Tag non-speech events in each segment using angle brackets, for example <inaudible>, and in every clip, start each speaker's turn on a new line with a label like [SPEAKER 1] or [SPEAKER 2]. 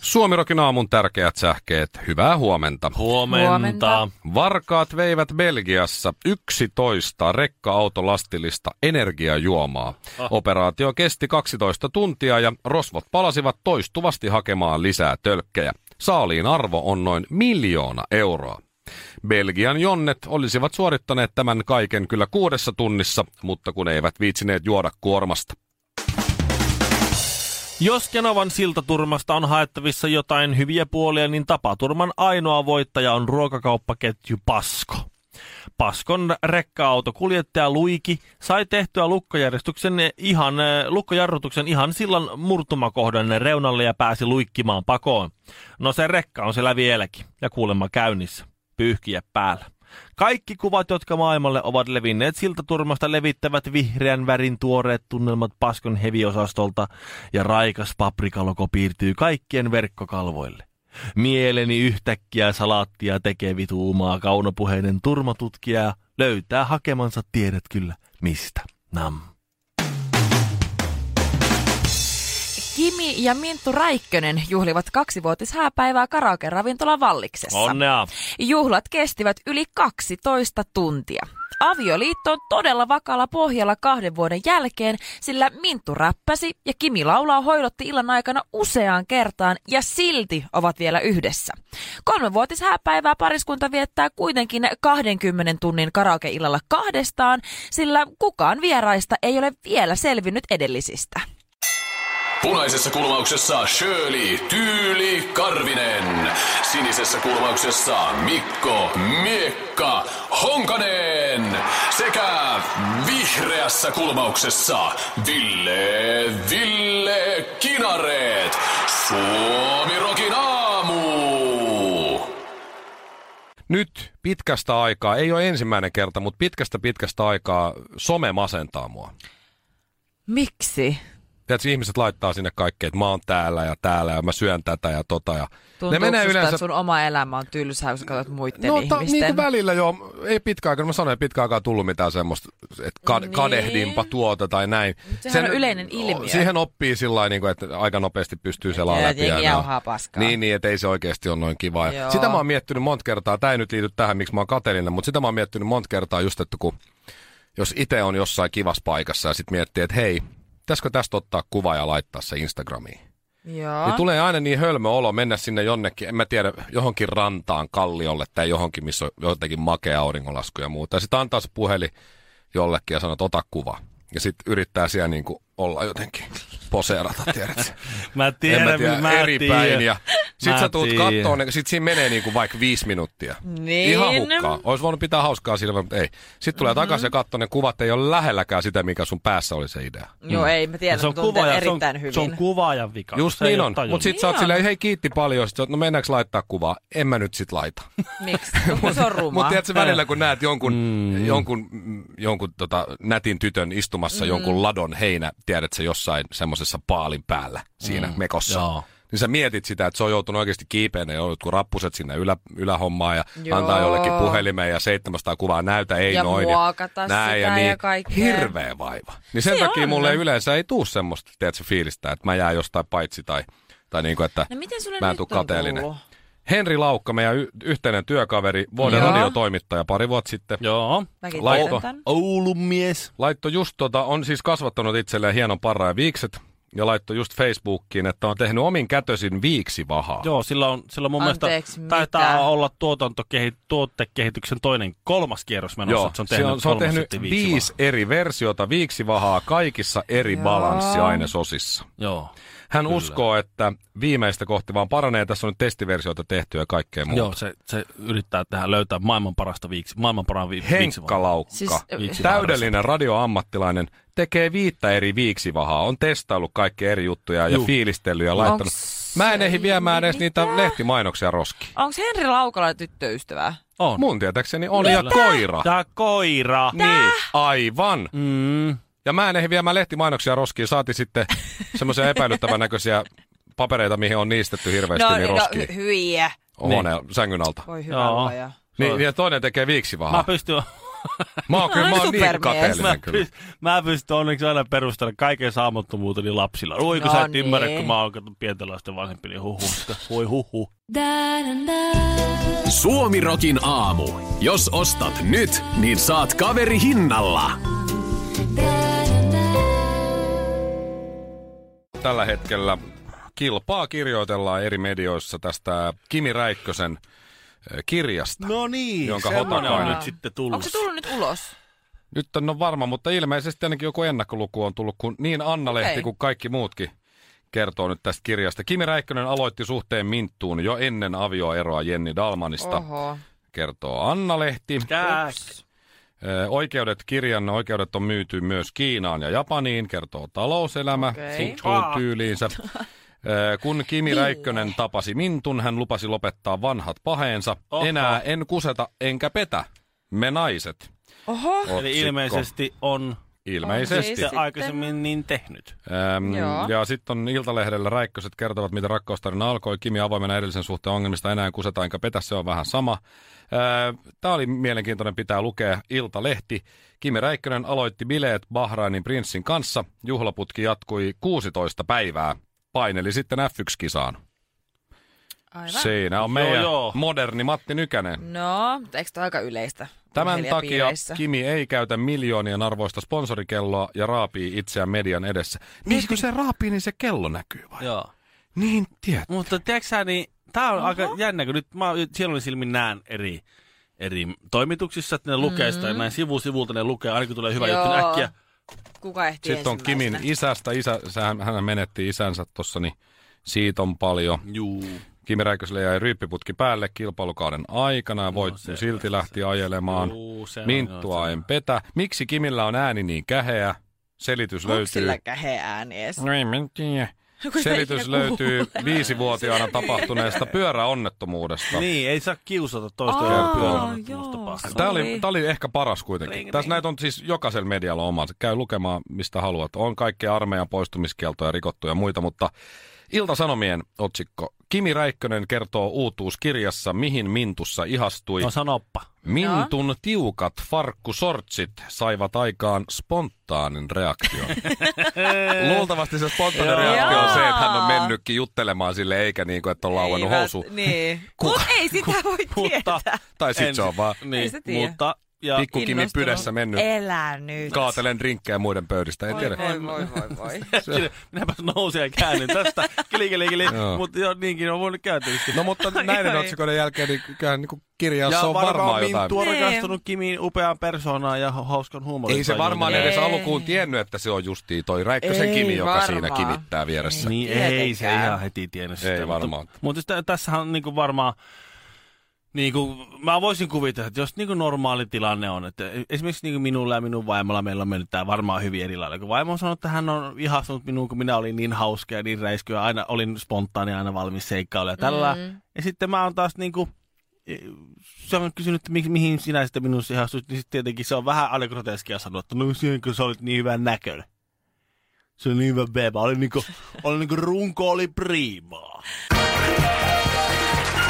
[SPEAKER 1] Suomirokin aamun tärkeät sähkeet. Hyvää huomenta.
[SPEAKER 2] Huomenta.
[SPEAKER 3] Huomenta.
[SPEAKER 1] Varkaat veivät Belgiassa 11 rekka-autolastillista energiajuomaa. Operaatio kesti 12 tuntia ja rosvot palasivat toistuvasti hakemaan lisää tölkkejä. Saaliin arvo on noin miljoona euroa. Belgian jonnet olisivat suorittaneet tämän kaiken kyllä kuudessa tunnissa, mutta kun eivät viitsineet juoda kuormasta.
[SPEAKER 2] Jos Kenovan siltaturmasta on haettavissa jotain hyviä puolia, niin tapaturman ainoa voittaja on ruokakauppaketju Pasko. Paskon rekka-autokuljettaja Luiki sai tehtyä lukkojärjestyksen ihan, eh, lukkojarrutuksen ihan sillan murtumakohdan reunalle ja pääsi luikkimaan pakoon. No se rekka on siellä vieläkin ja kuulemma käynnissä. Pyyhkiä päällä. Kaikki kuvat, jotka maailmalle ovat levinneet siltaturmasta, levittävät vihreän värin tuoreet tunnelmat Paskon heviosastolta ja raikas paprikaloko piirtyy kaikkien verkkokalvoille. Mieleni yhtäkkiä salaattia tekee vituumaa kaunopuheinen turmatutkija ja löytää hakemansa tiedet kyllä mistä. Nam.
[SPEAKER 3] Kimi ja Minttu Räikkönen juhlivat kaksivuotishääpäivää karaoke-ravintola Valliksessa.
[SPEAKER 2] Onnea!
[SPEAKER 3] Juhlat kestivät yli 12 tuntia. Avioliitto on todella vakalla pohjalla kahden vuoden jälkeen, sillä Minttu räppäsi ja Kimi laulaa hoidotti illan aikana useaan kertaan ja silti ovat vielä yhdessä. Kolmenvuotishääpäivää pariskunta viettää kuitenkin 20 tunnin karaokeillalla kahdestaan, sillä kukaan vieraista ei ole vielä selvinnyt edellisistä.
[SPEAKER 4] Punaisessa kulmauksessa Shirley Tyyli Karvinen. Sinisessä kulmauksessa Mikko Miekka Honkanen. Sekä vihreässä kulmauksessa Ville Ville Kinareet. Suomi Rokin aamu.
[SPEAKER 1] Nyt pitkästä aikaa, ei ole ensimmäinen kerta, mutta pitkästä pitkästä aikaa some masentaa mua.
[SPEAKER 3] Miksi?
[SPEAKER 1] Tiedätkö, ihmiset laittaa sinne kaikkea, että mä oon täällä ja täällä ja mä syön tätä ja tota. Ja...
[SPEAKER 3] Tuntuu susta, yleensä... että sun oma elämä on tylsää, kun sä katsot muiden
[SPEAKER 1] No ta, niin
[SPEAKER 3] ihmisten.
[SPEAKER 1] kuin välillä joo, ei pitkä aikaa, mä sanoin, ei pitkä aikaa tullut mitään semmoista, että ka-
[SPEAKER 3] Niin.
[SPEAKER 1] kadehdinpa tuota tai näin.
[SPEAKER 3] sehän on yleinen ilmiö.
[SPEAKER 1] Siihen oppii sillä lailla, niin kuin, että aika nopeasti pystyy selaamaan
[SPEAKER 3] Ja
[SPEAKER 1] läpi.
[SPEAKER 3] jengi
[SPEAKER 1] näin.
[SPEAKER 3] jauhaa paskaa.
[SPEAKER 1] Niin, niin, että ei se oikeasti ole noin kivaa. Ja
[SPEAKER 3] Joo.
[SPEAKER 1] Sitä mä oon miettinyt monta kertaa, tämä ei nyt liity tähän, miksi mä oon kateellinen, mutta sitä mä oon miettinyt monta kertaa just, että kun jos itse on jossain kivassa paikassa ja sitten miettii, että hei, pitäisikö tästä ottaa kuva ja laittaa se Instagramiin?
[SPEAKER 3] Joo.
[SPEAKER 1] Niin tulee aina niin hölmö olo mennä sinne jonnekin, en mä tiedä, johonkin rantaan, kalliolle tai johonkin, missä on jotenkin makea auringonlasku ja muuta. Ja sitten antaa se puhelin jollekin ja sanoo, että ota kuva. Ja sitten yrittää siellä niin kuin olla jotenkin poseerata, tiedätkö?
[SPEAKER 2] Mä tiedän,
[SPEAKER 1] en mä tiedä, eri päin. Ja sit
[SPEAKER 2] Mä
[SPEAKER 1] sä tulet
[SPEAKER 2] tiedän.
[SPEAKER 1] kattoon, niin sit siinä menee niinku vaikka viisi minuuttia.
[SPEAKER 3] Niin.
[SPEAKER 1] Ihan hukkaa. Ois voinut pitää hauskaa silmä, mutta ei. Sitten tulee mm-hmm. takaisin ja katsoo, ne kuvat ei ole lähelläkään sitä, mikä sun päässä oli se idea.
[SPEAKER 3] Joo, No ei, mä tiedän,
[SPEAKER 2] Se on,
[SPEAKER 3] mä tunnen
[SPEAKER 2] kuvaajan, se, on,
[SPEAKER 3] erittäin hyvin.
[SPEAKER 2] se on kuvaajan vika.
[SPEAKER 1] Just
[SPEAKER 2] se ei
[SPEAKER 1] niin
[SPEAKER 2] oo
[SPEAKER 1] on.
[SPEAKER 2] tajunnut.
[SPEAKER 1] Mut sit sä oot
[SPEAKER 3] Niin
[SPEAKER 1] silleen,
[SPEAKER 3] on.
[SPEAKER 1] hei kiitti paljon. Sit sä oot, no mennäänkö laittaa kuvaa? En mä nyt sit laita.
[SPEAKER 3] Miksi? Kun se on ruma.
[SPEAKER 1] Mutta tiedätkö välillä, kun näet jonkun, mm. jonkun, mm, jonkun tota, nätin tytön istumassa mm. jonkun ladon heinä, tiedät sä jossain semmoisessa paalin päällä siinä mm. mekossa.
[SPEAKER 2] Joo.
[SPEAKER 1] Niin sä mietit sitä, että se on joutunut oikeasti kiipeen, ne on jotkut rappuset sinne ylä, ylähommaan ja Joo.
[SPEAKER 3] Joo.
[SPEAKER 1] antaa jollekin puhelimeen ja 700 kuvaa näytä, ei
[SPEAKER 3] Ja
[SPEAKER 1] noin.
[SPEAKER 3] muokata sitä ja kaikkea.
[SPEAKER 1] niin. Hirveä vaiva. Niin sen
[SPEAKER 3] Se
[SPEAKER 1] takia
[SPEAKER 3] on.
[SPEAKER 1] mulle yleensä ei tuu semmoista, tiedätkö, fiilistä, että mä jää jostain paitsi tai, tai niinku, että
[SPEAKER 3] No miten sulle
[SPEAKER 1] mä en
[SPEAKER 3] nyt
[SPEAKER 1] tuu
[SPEAKER 3] on
[SPEAKER 1] kateellinen.
[SPEAKER 3] tullut?
[SPEAKER 1] Henri Laukka, meidän y- yhteinen työkaveri, vuoden
[SPEAKER 3] Joo.
[SPEAKER 1] radiotoimittaja pari vuotta sitten,
[SPEAKER 2] Joo.
[SPEAKER 3] Mäkin
[SPEAKER 1] Laito.
[SPEAKER 3] tiedän tän.
[SPEAKER 2] Oulun mies.
[SPEAKER 1] laitto just tota, on siis kasvattanut itselleen hienon parra ja viikset, ja laitto just Facebookiin, että on tehnyt omin kätösin viiksivahaa.
[SPEAKER 2] Joo, sillä on, sillä on mun
[SPEAKER 3] Anteeksi,
[SPEAKER 2] mielestä taitaa
[SPEAKER 3] mitä?
[SPEAKER 2] olla tuotantokehi, tuottekehityksen toinen kolmas kierros menossa.
[SPEAKER 1] Joo,
[SPEAKER 2] että se on
[SPEAKER 1] se
[SPEAKER 2] tehnyt,
[SPEAKER 1] on, se on
[SPEAKER 2] kolmas
[SPEAKER 1] tehnyt
[SPEAKER 2] setti viiksi
[SPEAKER 1] viisi eri versiota viiksivahaa kaikissa eri
[SPEAKER 3] Joo.
[SPEAKER 1] balanssiainesosissa.
[SPEAKER 2] vaan. Joo.
[SPEAKER 1] Hän Kyllä. uskoo, että viimeistä kohti vaan paranee. Tässä on nyt testiversioita tehty ja kaikkea muuta.
[SPEAKER 2] Joo, se, se yrittää tehdä löytää maailman parasta viiksi, maailman paran vi,
[SPEAKER 1] Henkka Laukka,
[SPEAKER 3] Siis,
[SPEAKER 1] siis,
[SPEAKER 3] ö,
[SPEAKER 1] täydellinen radioammattilainen, tekee viittä eri viiksivahaa, on testaillut kaikki eri juttuja ja
[SPEAKER 2] Juu.
[SPEAKER 1] fiilistellyt ja laittanut.
[SPEAKER 3] Onks niin
[SPEAKER 1] Mä en ehdi viemään edes niitä
[SPEAKER 3] mitään?
[SPEAKER 1] lehtimainoksia roskiin.
[SPEAKER 3] Onko Henri Laukala tyttöystävää?
[SPEAKER 2] On.
[SPEAKER 1] Mun tietääkseni on ja koira.
[SPEAKER 2] Tää koira.
[SPEAKER 1] Niin, aivan.
[SPEAKER 2] Mm.
[SPEAKER 1] Ja mä en ehdi viemään lehtimainoksia roskiin, saati sitten semmoisia epäilyttävän näköisiä papereita, mihin on niistetty hirveästi no, niin
[SPEAKER 3] no
[SPEAKER 1] roskiin.
[SPEAKER 3] hy- hyiä.
[SPEAKER 1] No,
[SPEAKER 2] niin.
[SPEAKER 1] niin. sängyn alta.
[SPEAKER 3] Voi hyvä
[SPEAKER 2] Joo.
[SPEAKER 3] luoja.
[SPEAKER 1] Niin, ja toinen tekee viiksivahaa.
[SPEAKER 2] Mä
[SPEAKER 1] Mä,
[SPEAKER 2] pystyn,
[SPEAKER 1] mä oon kyllä, mä oon niin
[SPEAKER 3] Supermies.
[SPEAKER 2] mä,
[SPEAKER 1] kateellinen kyllä.
[SPEAKER 2] pystyn, mä pystyn onneksi aina perustella kaiken saamattomuuteni lapsilla. Oi, kun
[SPEAKER 3] No
[SPEAKER 2] no sä et
[SPEAKER 3] niin.
[SPEAKER 2] niin. ymmärrä, kun mä oon kato pienten lasten vanhempi, niin huhu. Voi huhu.
[SPEAKER 4] Suomirokin aamu. Jos ostat nyt, niin saat kaveri hinnalla.
[SPEAKER 1] Tällä hetkellä kilpaa kirjoitellaan eri medioissa tästä Kimi Räikkösen eh, kirjasta.
[SPEAKER 2] No niin,
[SPEAKER 1] Jonka
[SPEAKER 2] semmonen on
[SPEAKER 1] hotakainen.
[SPEAKER 2] nyt sitten tullut.
[SPEAKER 3] Onko se tullut nyt ulos?
[SPEAKER 1] Nyt en ole varma, mutta ilmeisesti ainakin joku ennakkoluku on tullut, kun niin Anna-lehti
[SPEAKER 3] Okei.
[SPEAKER 1] kuin kaikki muutkin kertoo nyt tästä kirjasta. Kimi Räikkönen aloitti suhteen Minttuun jo ennen avioeroa Jenni Dalmanista, Oho.
[SPEAKER 3] Oho.
[SPEAKER 1] kertoo Anna-lehti.
[SPEAKER 2] Käs.
[SPEAKER 1] Ö, Oikeudet, kirjan oikeudet on myyty myös Kiinaan ja Japaniin, kertoo talouselämä,
[SPEAKER 3] Okei. Niin.
[SPEAKER 1] suhtautuu
[SPEAKER 3] <laughs>
[SPEAKER 1] tyyliinsä. Ö, Kun Kimi Räikkönen tapasi Mintun, hän lupasi lopettaa vanhat paheensa.
[SPEAKER 2] Oho.
[SPEAKER 1] Enää en kuseta enkä petä. Me naiset.
[SPEAKER 3] Oho.
[SPEAKER 2] Eli
[SPEAKER 1] Otsikko.
[SPEAKER 2] ilmeisesti on
[SPEAKER 3] On
[SPEAKER 1] Ilmeisesti.
[SPEAKER 3] siis.
[SPEAKER 2] se
[SPEAKER 3] Sitten-
[SPEAKER 2] aikaisemmin niin tehnyt.
[SPEAKER 1] Öm,
[SPEAKER 3] Joo.
[SPEAKER 1] ja sitten on Iltalehdellä Räikköset kertovat, miten rakkaustarina alkoi. Kimi avoimena edellisen suhteen ongelmista enää en kuseta enkä petä, se on vähän sama. Tämä oli mielenkiintoinen, pitää lukea Iltalehti. Kimi Räikkönen aloitti bileet Bahrainin prinssin kanssa. Juhlaputki jatkui 16 päivää. Paineli sitten F1-kisaan.
[SPEAKER 3] Aivan.
[SPEAKER 1] Siinä on
[SPEAKER 2] Joo,
[SPEAKER 1] meidän
[SPEAKER 2] joo.
[SPEAKER 1] moderni Matti Nykänen.
[SPEAKER 3] No, mutta eikö tämä aika yleistä?
[SPEAKER 1] Tämän takia
[SPEAKER 3] urheilijapiireissä?
[SPEAKER 1] Kimi ei käytä miljoonien arvoista sponsorikelloa ja raapii itseään median edessä. Niin kun se raapii, niin se kello näkyy vai?
[SPEAKER 2] Joo.
[SPEAKER 1] Niin tiedät.
[SPEAKER 2] Mutta tiedätkö sä, niin tää on aika jännä, kun nyt mä sielun silmin näen eri, eri toimituksissa, että ne lukee sitä ja näin sivu sivulta ne lukee, aina kun tulee hyvä juttu, niin
[SPEAKER 3] Joo.
[SPEAKER 2] äkkiä.
[SPEAKER 3] Kuka ehtii
[SPEAKER 1] Sitten on Kimin
[SPEAKER 3] ensimmäisenä?
[SPEAKER 1] isästä. Isä, sehän, hän menetti isänsä tuossa, niin siitä on paljon.
[SPEAKER 2] Juu.
[SPEAKER 1] Kimi Räikköselle jäi ryyppiputki päälle kilpailukauden aikana ja voit,
[SPEAKER 2] No se-
[SPEAKER 1] silti lähti ajelemaan.
[SPEAKER 2] Juu, se on- joo,
[SPEAKER 1] Minttua
[SPEAKER 2] se on.
[SPEAKER 1] en petä. Miksi Kimillä on ääni niin käheä? Selitys
[SPEAKER 3] Onko
[SPEAKER 1] löytyy.
[SPEAKER 3] sillä käheä ääni edes?
[SPEAKER 1] No ei mä en tiedä.
[SPEAKER 3] Kun sitä
[SPEAKER 1] Selitys
[SPEAKER 3] ikinä
[SPEAKER 1] löytyy
[SPEAKER 3] kuulee.
[SPEAKER 1] viisivuotiaana tapahtuneesta pyöräonnettomuudesta.
[SPEAKER 2] Niin, ei saa kiusata toista
[SPEAKER 3] Aa,
[SPEAKER 2] kertaa.
[SPEAKER 3] joo.
[SPEAKER 1] Tämä
[SPEAKER 3] Sori.
[SPEAKER 1] oli, tää oli ehkä paras kuitenkin.
[SPEAKER 2] Ring,
[SPEAKER 1] Tässä
[SPEAKER 2] ring.
[SPEAKER 1] näitä on siis jokaisella medialla oma. Käy lukemaan mistä haluat. On kaikkea armeijan poistumiskieltoja rikottuja ja muita, mutta Ilta-Sanomien otsikko. Kimi Räikkönen kertoo uutuuskirjassa, mihin Mintussa ihastui.
[SPEAKER 2] No sanoppa.
[SPEAKER 1] Mintun tiukat farkkusortsit saivat aikaan spontaanin reaktion. Luultavasti se spontaani reaktio on se, että hän on mennytkin juttelemaan sille, eikä niin kuin, että on lauennut
[SPEAKER 3] Eivät-
[SPEAKER 1] housu. <laughs>
[SPEAKER 3] Niin. Mut ei sitä voi
[SPEAKER 2] Mutta,
[SPEAKER 3] tietää.
[SPEAKER 1] Tai sit
[SPEAKER 2] en-
[SPEAKER 1] se on vaan
[SPEAKER 3] Ei
[SPEAKER 2] niin,
[SPEAKER 3] se tiedä.
[SPEAKER 2] mutta, ja
[SPEAKER 1] pikkukimi
[SPEAKER 3] innostunut.
[SPEAKER 1] niin pydässä mennyt.
[SPEAKER 3] Elä nyt.
[SPEAKER 1] Kaatelen rinkkejä muiden pöydistä, en
[SPEAKER 3] Voi,
[SPEAKER 1] tiedä.
[SPEAKER 3] voi, voi, voi, voi.
[SPEAKER 2] Kyllä, minäpäs nousen ja käännyn
[SPEAKER 3] <laughs>
[SPEAKER 2] tästä. Kili, kili, kili.
[SPEAKER 1] Joo.
[SPEAKER 2] Mutta joo, niinkin on voinut kääntyä.
[SPEAKER 1] No mutta näiden
[SPEAKER 3] <laughs> ai.
[SPEAKER 1] otsikoiden jälkeen niin kyllähän niin kirjaus
[SPEAKER 2] ja
[SPEAKER 1] on varmaan jotain.
[SPEAKER 2] Minttu on
[SPEAKER 3] Niin.
[SPEAKER 2] rakastunut Kimiin upeaan persoonaan ja ha- hauskan huumorin.
[SPEAKER 1] Ei se varmaan
[SPEAKER 3] Ei.
[SPEAKER 1] edes alkuun tiennyt, että se on justiin toi Räikkösen
[SPEAKER 3] Ei
[SPEAKER 1] Kimi, joka siinä
[SPEAKER 3] varmaan.
[SPEAKER 1] kimittää vieressä.
[SPEAKER 2] Niin ei se
[SPEAKER 3] Tietenkään.
[SPEAKER 2] ihan heti tiennyt sitä.
[SPEAKER 1] Ei
[SPEAKER 2] mutta-
[SPEAKER 1] varmaan.
[SPEAKER 2] Mutta sitä- tässähän on niinku varmaan, niinku, mä voisin kuvitella, että jos niinku normaali tilanne on, että esimerkiksi niinku minulla ja minun vaimolla meillä on mennyt tämä varmaan hyvin eri lailla. Kun vaimo on sanonut, että hän on ihastunut minuun, kun minä olin niin hauska ja niin räisky ja aina olin spontaani aina valmis seikkailemaan ja tällä.
[SPEAKER 3] Mm.
[SPEAKER 2] Ja sitten mä oon taas niinku, e, se on kysynyt, että mi- mihin sinä sitten minun ihastuit, niin sitten tietenkin se on vähän aina groteskia sanoa, että no siihen kun sä olit niin hyvän näköinen. Se oli niin hyvä beba, oli niinku, oli niinku runko oli priimaa.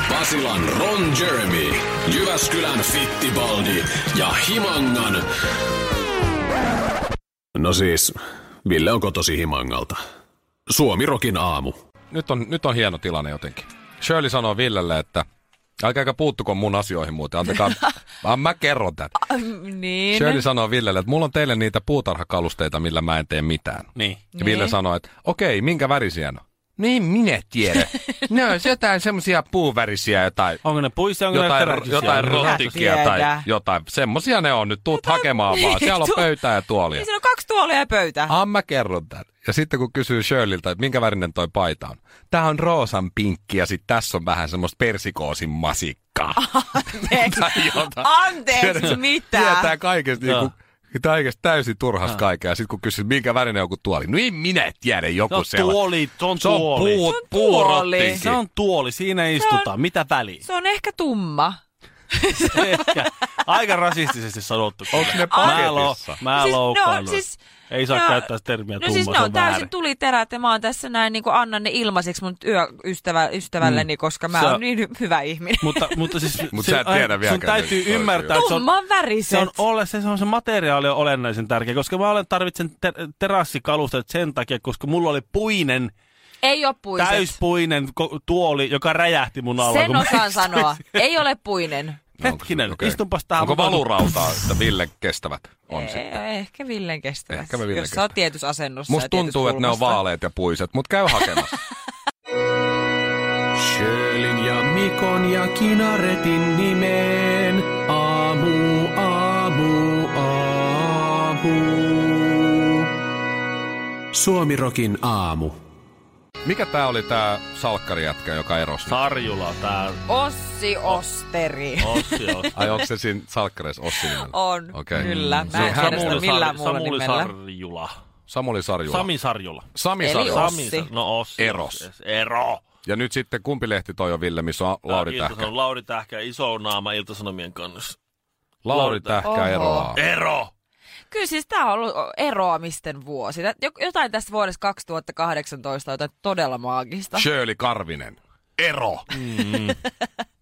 [SPEAKER 4] Basilan Ron Jeremy, Jyväskylän Fittibaldi ja Himangan... No siis, Ville onko tosi Himangalta? Suomirokin aamu.
[SPEAKER 1] Nyt on, nyt on hieno tilanne jotenkin. Shirley sanoo Villelle, että älkääkä puuttuko mun asioihin muuten, antakaa,
[SPEAKER 3] <laughs>
[SPEAKER 1] vaan mä kerron tän.
[SPEAKER 3] <laughs> Niin.
[SPEAKER 1] Shirley sanoo Villelle, että mulla on teille niitä puutarhakalusteita, millä mä en tee mitään.
[SPEAKER 2] Niin.
[SPEAKER 1] Ja Ville sanoo, että okei, minkä värisiä ne on? Niin minä
[SPEAKER 3] <laughs>
[SPEAKER 1] tiedän. ne on jotain semmoisia puuvärisiä, jotain
[SPEAKER 2] Onko ne puissa, onko
[SPEAKER 1] jotain,
[SPEAKER 2] ne teräksiä?
[SPEAKER 1] jotain
[SPEAKER 2] Onko ne-
[SPEAKER 1] rotikkia
[SPEAKER 3] tiedä.
[SPEAKER 1] tai jotain. Semmosia ne on nyt. Tuut hakemaan vaan. Siellä on
[SPEAKER 3] Tuu-
[SPEAKER 1] pöytää ja tuolia.
[SPEAKER 3] Niin, siinä on kaksi tuolia ja pöytä.
[SPEAKER 1] Ah, mä kerron tän. Ja sitten kun kysyy Shirleyltä, että minkä värinen toi paita on. Tää on roosan pinkki ja sit tässä on vähän semmoista persikoosin
[SPEAKER 2] <laughs>
[SPEAKER 1] masikkaa.
[SPEAKER 3] Anteeksi,
[SPEAKER 1] Tai jotain.
[SPEAKER 3] anteeksi
[SPEAKER 1] Tietää
[SPEAKER 3] mitä?
[SPEAKER 1] kaikesta
[SPEAKER 2] Joo.
[SPEAKER 1] niinku, kaikesta täysin turhasta kaikkea. Ja sitten kun kysyy, minkä värinen joku tuoli. No en minä tiedä joku
[SPEAKER 2] Se on
[SPEAKER 1] sellainen.
[SPEAKER 2] tuoli, se on
[SPEAKER 1] No Se on
[SPEAKER 2] tuoli.
[SPEAKER 1] puu,
[SPEAKER 3] on tuoli.
[SPEAKER 1] puurottinki.
[SPEAKER 2] Se on tuoli, siinä istutaan. Mitä väliä?
[SPEAKER 3] Se on ehkä tumma.
[SPEAKER 2] Ehkä. Aika rasistisesti sanottu. kyllä.
[SPEAKER 1] Onks ne
[SPEAKER 2] Mä, lo,
[SPEAKER 1] paketissa?
[SPEAKER 2] mä
[SPEAKER 3] Siis- no,
[SPEAKER 2] loukkaannut.
[SPEAKER 3] siis-
[SPEAKER 2] Ei saa
[SPEAKER 3] no-
[SPEAKER 2] käyttää sitä termiä
[SPEAKER 3] No
[SPEAKER 2] tumma,
[SPEAKER 3] siis ne
[SPEAKER 2] se
[SPEAKER 3] on
[SPEAKER 2] on
[SPEAKER 3] täysin
[SPEAKER 2] väärin.
[SPEAKER 3] tuliterät ja mä oon tässä näin niin kuin annan ne ilmaiseksi mun yöystävä,
[SPEAKER 1] Mm.
[SPEAKER 3] ystävälleni, koska mä
[SPEAKER 2] Se-
[SPEAKER 3] oon niin hy- hyvä ihminen.
[SPEAKER 2] Mutta, mutta siis
[SPEAKER 1] Mut
[SPEAKER 2] se-
[SPEAKER 1] sä et tiedä
[SPEAKER 2] ai, sun
[SPEAKER 1] vieläkään,
[SPEAKER 2] täytyy
[SPEAKER 1] että se on
[SPEAKER 2] ymmärtää, että se on,
[SPEAKER 3] Tumman väriset.
[SPEAKER 2] se on, ole, se, se on se materiaali on olennaisen tärkeä, koska mä olen tarvitsen ter- terassikalusteet sen takia, koska mulla oli puinen,
[SPEAKER 3] Ei oo puiset.
[SPEAKER 2] täyspuinen ko- tuoli, joka räjähti mun alla. kun
[SPEAKER 3] Sen
[SPEAKER 2] mä
[SPEAKER 3] osaan
[SPEAKER 2] istuin
[SPEAKER 3] sanoa. Ei ole puinen.
[SPEAKER 2] No, <laughs> Hetkinen,
[SPEAKER 1] okei.
[SPEAKER 2] istunpas tähän.
[SPEAKER 1] Onko
[SPEAKER 2] mun-
[SPEAKER 1] valurautaa, että Ville kestävät on
[SPEAKER 3] Eh,
[SPEAKER 1] sitten?
[SPEAKER 3] Ehkä Villen kestävä.
[SPEAKER 1] Ehkä me Villen
[SPEAKER 3] Jos sä
[SPEAKER 1] kestävät.
[SPEAKER 3] oot tietyssä asennossa
[SPEAKER 1] Musta
[SPEAKER 3] ja tietyssä
[SPEAKER 1] tuntuu, että ne on
[SPEAKER 3] kulmassa.
[SPEAKER 1] vaaleet ja puiset, mutta käy
[SPEAKER 3] <laughs>
[SPEAKER 1] hakemassa.
[SPEAKER 4] Sjölin ja Mikon ja Kinaretin nimeen. Aamu, aamu, aamu. Suomirokin aamu.
[SPEAKER 1] Mikä tää oli tää salkkarijätkä, joka erosi?
[SPEAKER 2] Sarjula tää
[SPEAKER 3] Ossi Osteri. <laughs>
[SPEAKER 2] Ossi on.
[SPEAKER 1] Ai onko se siinä salkkareissa Ossi nimellä?
[SPEAKER 3] On,
[SPEAKER 1] Okei.
[SPEAKER 3] kyllä. Mä
[SPEAKER 1] Se on
[SPEAKER 3] en tiedä sitä
[SPEAKER 1] Samuli,
[SPEAKER 3] millään muulla
[SPEAKER 2] Samuli
[SPEAKER 3] nimellä.
[SPEAKER 2] Sarjula.
[SPEAKER 1] Samuli Sarjula.
[SPEAKER 2] Sami Sarjula.
[SPEAKER 1] Sami
[SPEAKER 3] Eli
[SPEAKER 1] Sarjula.
[SPEAKER 3] Ossi.
[SPEAKER 2] Sami Sar- No Ossi.
[SPEAKER 1] Eros.
[SPEAKER 2] Ero.
[SPEAKER 1] Ja nyt sitten kumpi lehti toi on Ville, missä on Lauri
[SPEAKER 2] Ilta-Sanom-
[SPEAKER 1] Tähkä?
[SPEAKER 2] Lauri Tähkä, iso naama Iltasanomien kannassa.
[SPEAKER 1] Lauri
[SPEAKER 2] Lauri Tähkä.
[SPEAKER 1] Tähkä
[SPEAKER 3] Oho.
[SPEAKER 1] eroaa.
[SPEAKER 2] Ero!
[SPEAKER 3] Kyllä siis tää on ollut eroamisten vuosi. Tää- jo- Jotain tästä vuodesta 2018 on jotain todella maagista.
[SPEAKER 1] Shirley Karvinen. Ero.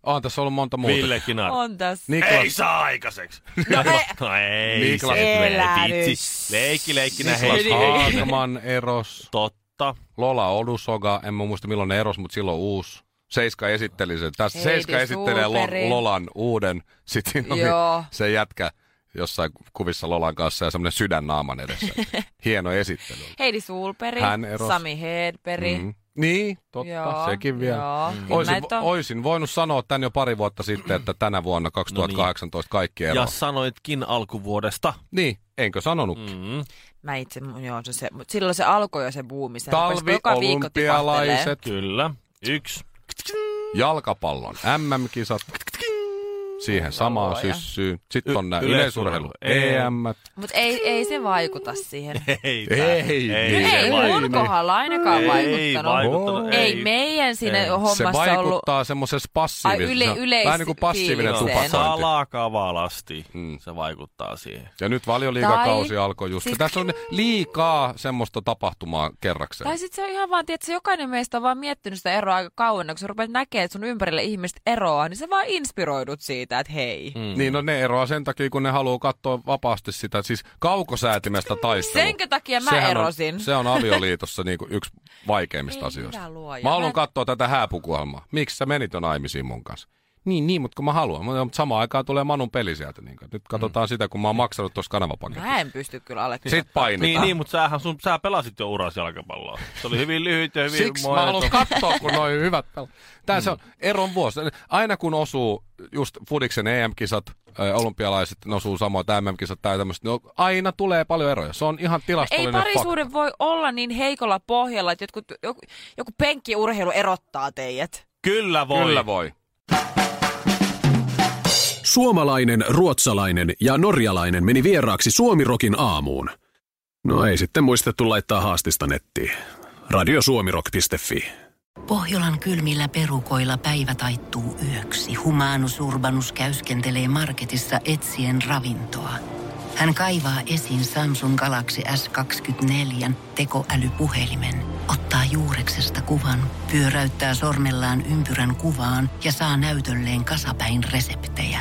[SPEAKER 1] On Mm. tässä ollut monta muuta.
[SPEAKER 2] Ville Kinar.
[SPEAKER 3] On tässä.
[SPEAKER 1] Niklas,
[SPEAKER 2] Ei saa aikaiseksi.
[SPEAKER 3] <laughs> No, ei,
[SPEAKER 2] <laughs> No ei
[SPEAKER 1] Niklas-
[SPEAKER 2] se
[SPEAKER 3] Elä
[SPEAKER 2] mene.
[SPEAKER 3] nyt.
[SPEAKER 2] Vitsi. Leikki, leikkinä
[SPEAKER 1] Niklas
[SPEAKER 2] hei.
[SPEAKER 1] Haagman eros.
[SPEAKER 2] Totta.
[SPEAKER 1] Lola Odusoga, en mä muista milloin ne eros, mutta silloin uusi. Seiska esitteli sen. Tässä
[SPEAKER 3] Heidi
[SPEAKER 1] Seiska esittelee
[SPEAKER 3] Suuteri.
[SPEAKER 1] Lo- Lolan uuden. Sitten siinä oli
[SPEAKER 3] Joo.
[SPEAKER 1] se jätkä jossain kuvissa Lolan kanssa ja semmoinen sydän naaman edessä. Hieno esittely.
[SPEAKER 3] Heidi Sulperi,
[SPEAKER 1] Hän erosi.
[SPEAKER 3] Sami Hedberg.
[SPEAKER 1] Mm. Niin, totta,
[SPEAKER 3] Joo,
[SPEAKER 1] sekin vielä. Mm. Niin
[SPEAKER 3] joo. Kyllä
[SPEAKER 1] Oisin,
[SPEAKER 3] näitä on.
[SPEAKER 1] oisin voinut sanoa tän jo pari vuotta sitten, että tänä vuonna 2018 kaikki eroaa.
[SPEAKER 2] Ja sanoitkin alkuvuodesta.
[SPEAKER 1] Niin, enkö sanonut? Mm.
[SPEAKER 2] Mm.
[SPEAKER 3] Mä itse, joo, se, se, mut silloin se alkoi jo se buumi. Se rupesi
[SPEAKER 1] Talvi,
[SPEAKER 3] joka viikko tipahtelee.
[SPEAKER 1] olympialaiset,
[SPEAKER 2] Kyllä. Yksi.
[SPEAKER 1] jalkapallon MM-kisat, siihen samaan
[SPEAKER 3] Luoja.
[SPEAKER 1] syssyyn. Sitten
[SPEAKER 2] Y-
[SPEAKER 1] on nämä
[SPEAKER 2] yleisurheilu,
[SPEAKER 1] yleisurheilu, E EM.
[SPEAKER 3] Mut ei, ei se vaikuta siihen.
[SPEAKER 2] Ei,
[SPEAKER 1] Ei,
[SPEAKER 2] tää-
[SPEAKER 1] niin.
[SPEAKER 3] Ei,
[SPEAKER 2] se
[SPEAKER 3] ei
[SPEAKER 2] vaikuta.
[SPEAKER 3] mun kohdalla ainakaan
[SPEAKER 2] Ei
[SPEAKER 3] vaikuttanut.
[SPEAKER 2] vaikuttanut.
[SPEAKER 3] Ei, meidän siinä
[SPEAKER 2] Ei. Se
[SPEAKER 1] Se
[SPEAKER 3] hommassa ollut.
[SPEAKER 1] vaikuttaa semmoisessa
[SPEAKER 3] Ai,
[SPEAKER 1] passiivisessa,
[SPEAKER 3] yle- yleis-
[SPEAKER 1] vähän niin kuin passiivinen
[SPEAKER 3] fiilikseen.
[SPEAKER 1] tupakointi.
[SPEAKER 2] Salakavalasti
[SPEAKER 1] Mm.
[SPEAKER 2] se vaikuttaa siihen.
[SPEAKER 1] Ja nyt valioliikakausi
[SPEAKER 3] Tai-
[SPEAKER 1] alkoi just.
[SPEAKER 3] siis-
[SPEAKER 1] Siis... Tässä on liikaa semmoista tapahtumaa kerrakseen.
[SPEAKER 3] Tai sit se on ihan vaan, että jokainen meistä on vaan miettinyt sitä eroa aika kauan, kun sä rupeat näkemään, että sun ympärille ihmiset eroaa, niin sä vaan inspiroidut siitä, että hei.
[SPEAKER 2] Mm-hmm.
[SPEAKER 3] Mm.
[SPEAKER 1] Niin, no ne eroaa sen takia, kun ne haluaa katsoa vapaasti sitä, siis kaukosäätimestä taistelua.
[SPEAKER 3] Senkö takia mä
[SPEAKER 1] Sehän
[SPEAKER 3] erosin?
[SPEAKER 1] On, se on avioliitossa niinku yksi vaikeimmista
[SPEAKER 3] Ei
[SPEAKER 1] asioista.
[SPEAKER 3] hyvä luoja.
[SPEAKER 1] Mä haluan
[SPEAKER 3] Mä-
[SPEAKER 1] katsoa tätä hääpukuelmaa. Miksi sä menit jo naimisiin mun kanssa? Niin, niin, mutta kun mä haluan. Mutta samaan aikaan tulee Manun peli sieltä. Niin nyt katsotaan
[SPEAKER 2] Mm.
[SPEAKER 1] sitä, kun mä oon maksanut tuossa kanavapaketissa.
[SPEAKER 3] Mä en pysty kyllä allekirjoittamaan.
[SPEAKER 1] Sitten painitaan.
[SPEAKER 2] Niin, niin, mutta sähän sun, sä pelasit jo uras jalkapalloa. Se oli hyvin lyhyt ja hyvin
[SPEAKER 1] Siksi mä
[SPEAKER 2] monet-
[SPEAKER 1] haluan Mm. katsoa, kun noin hyvät pelaat. Tää se on eron vuosi. Aina kun osuu just Fudiksen EM-kisat, ö, olympialaisit, ne osuu samoin, tai MM-kisat tai tämmöiset, no, aina tulee paljon eroja. Se on ihan
[SPEAKER 3] Ei
[SPEAKER 1] tilastollinen fakta.
[SPEAKER 3] parisuuden voi olla niin heikolla pohjalla, että jotkut, joku, joku penkkiurheilu erottaa teidät.
[SPEAKER 2] Kyllä voi.
[SPEAKER 1] Kyllä voi.
[SPEAKER 4] Suomalainen, ruotsalainen ja norjalainen meni vieraaksi Suomirokin aamuun. No ei sitten muistettu laittaa haastista nettiin. Radiosuomirok.fi
[SPEAKER 5] Pohjolan kylmillä perukoilla päivä taittuu yöksi. Humanus Urbanus käyskentelee marketissa etsien ravintoa. Hän kaivaa esiin Samsung Galaxy S24 tekoälypuhelimen, ottaa juureksesta kuvan, pyöräyttää sormellaan ympyrän kuvaan ja saa näytölleen kasapäin reseptejä.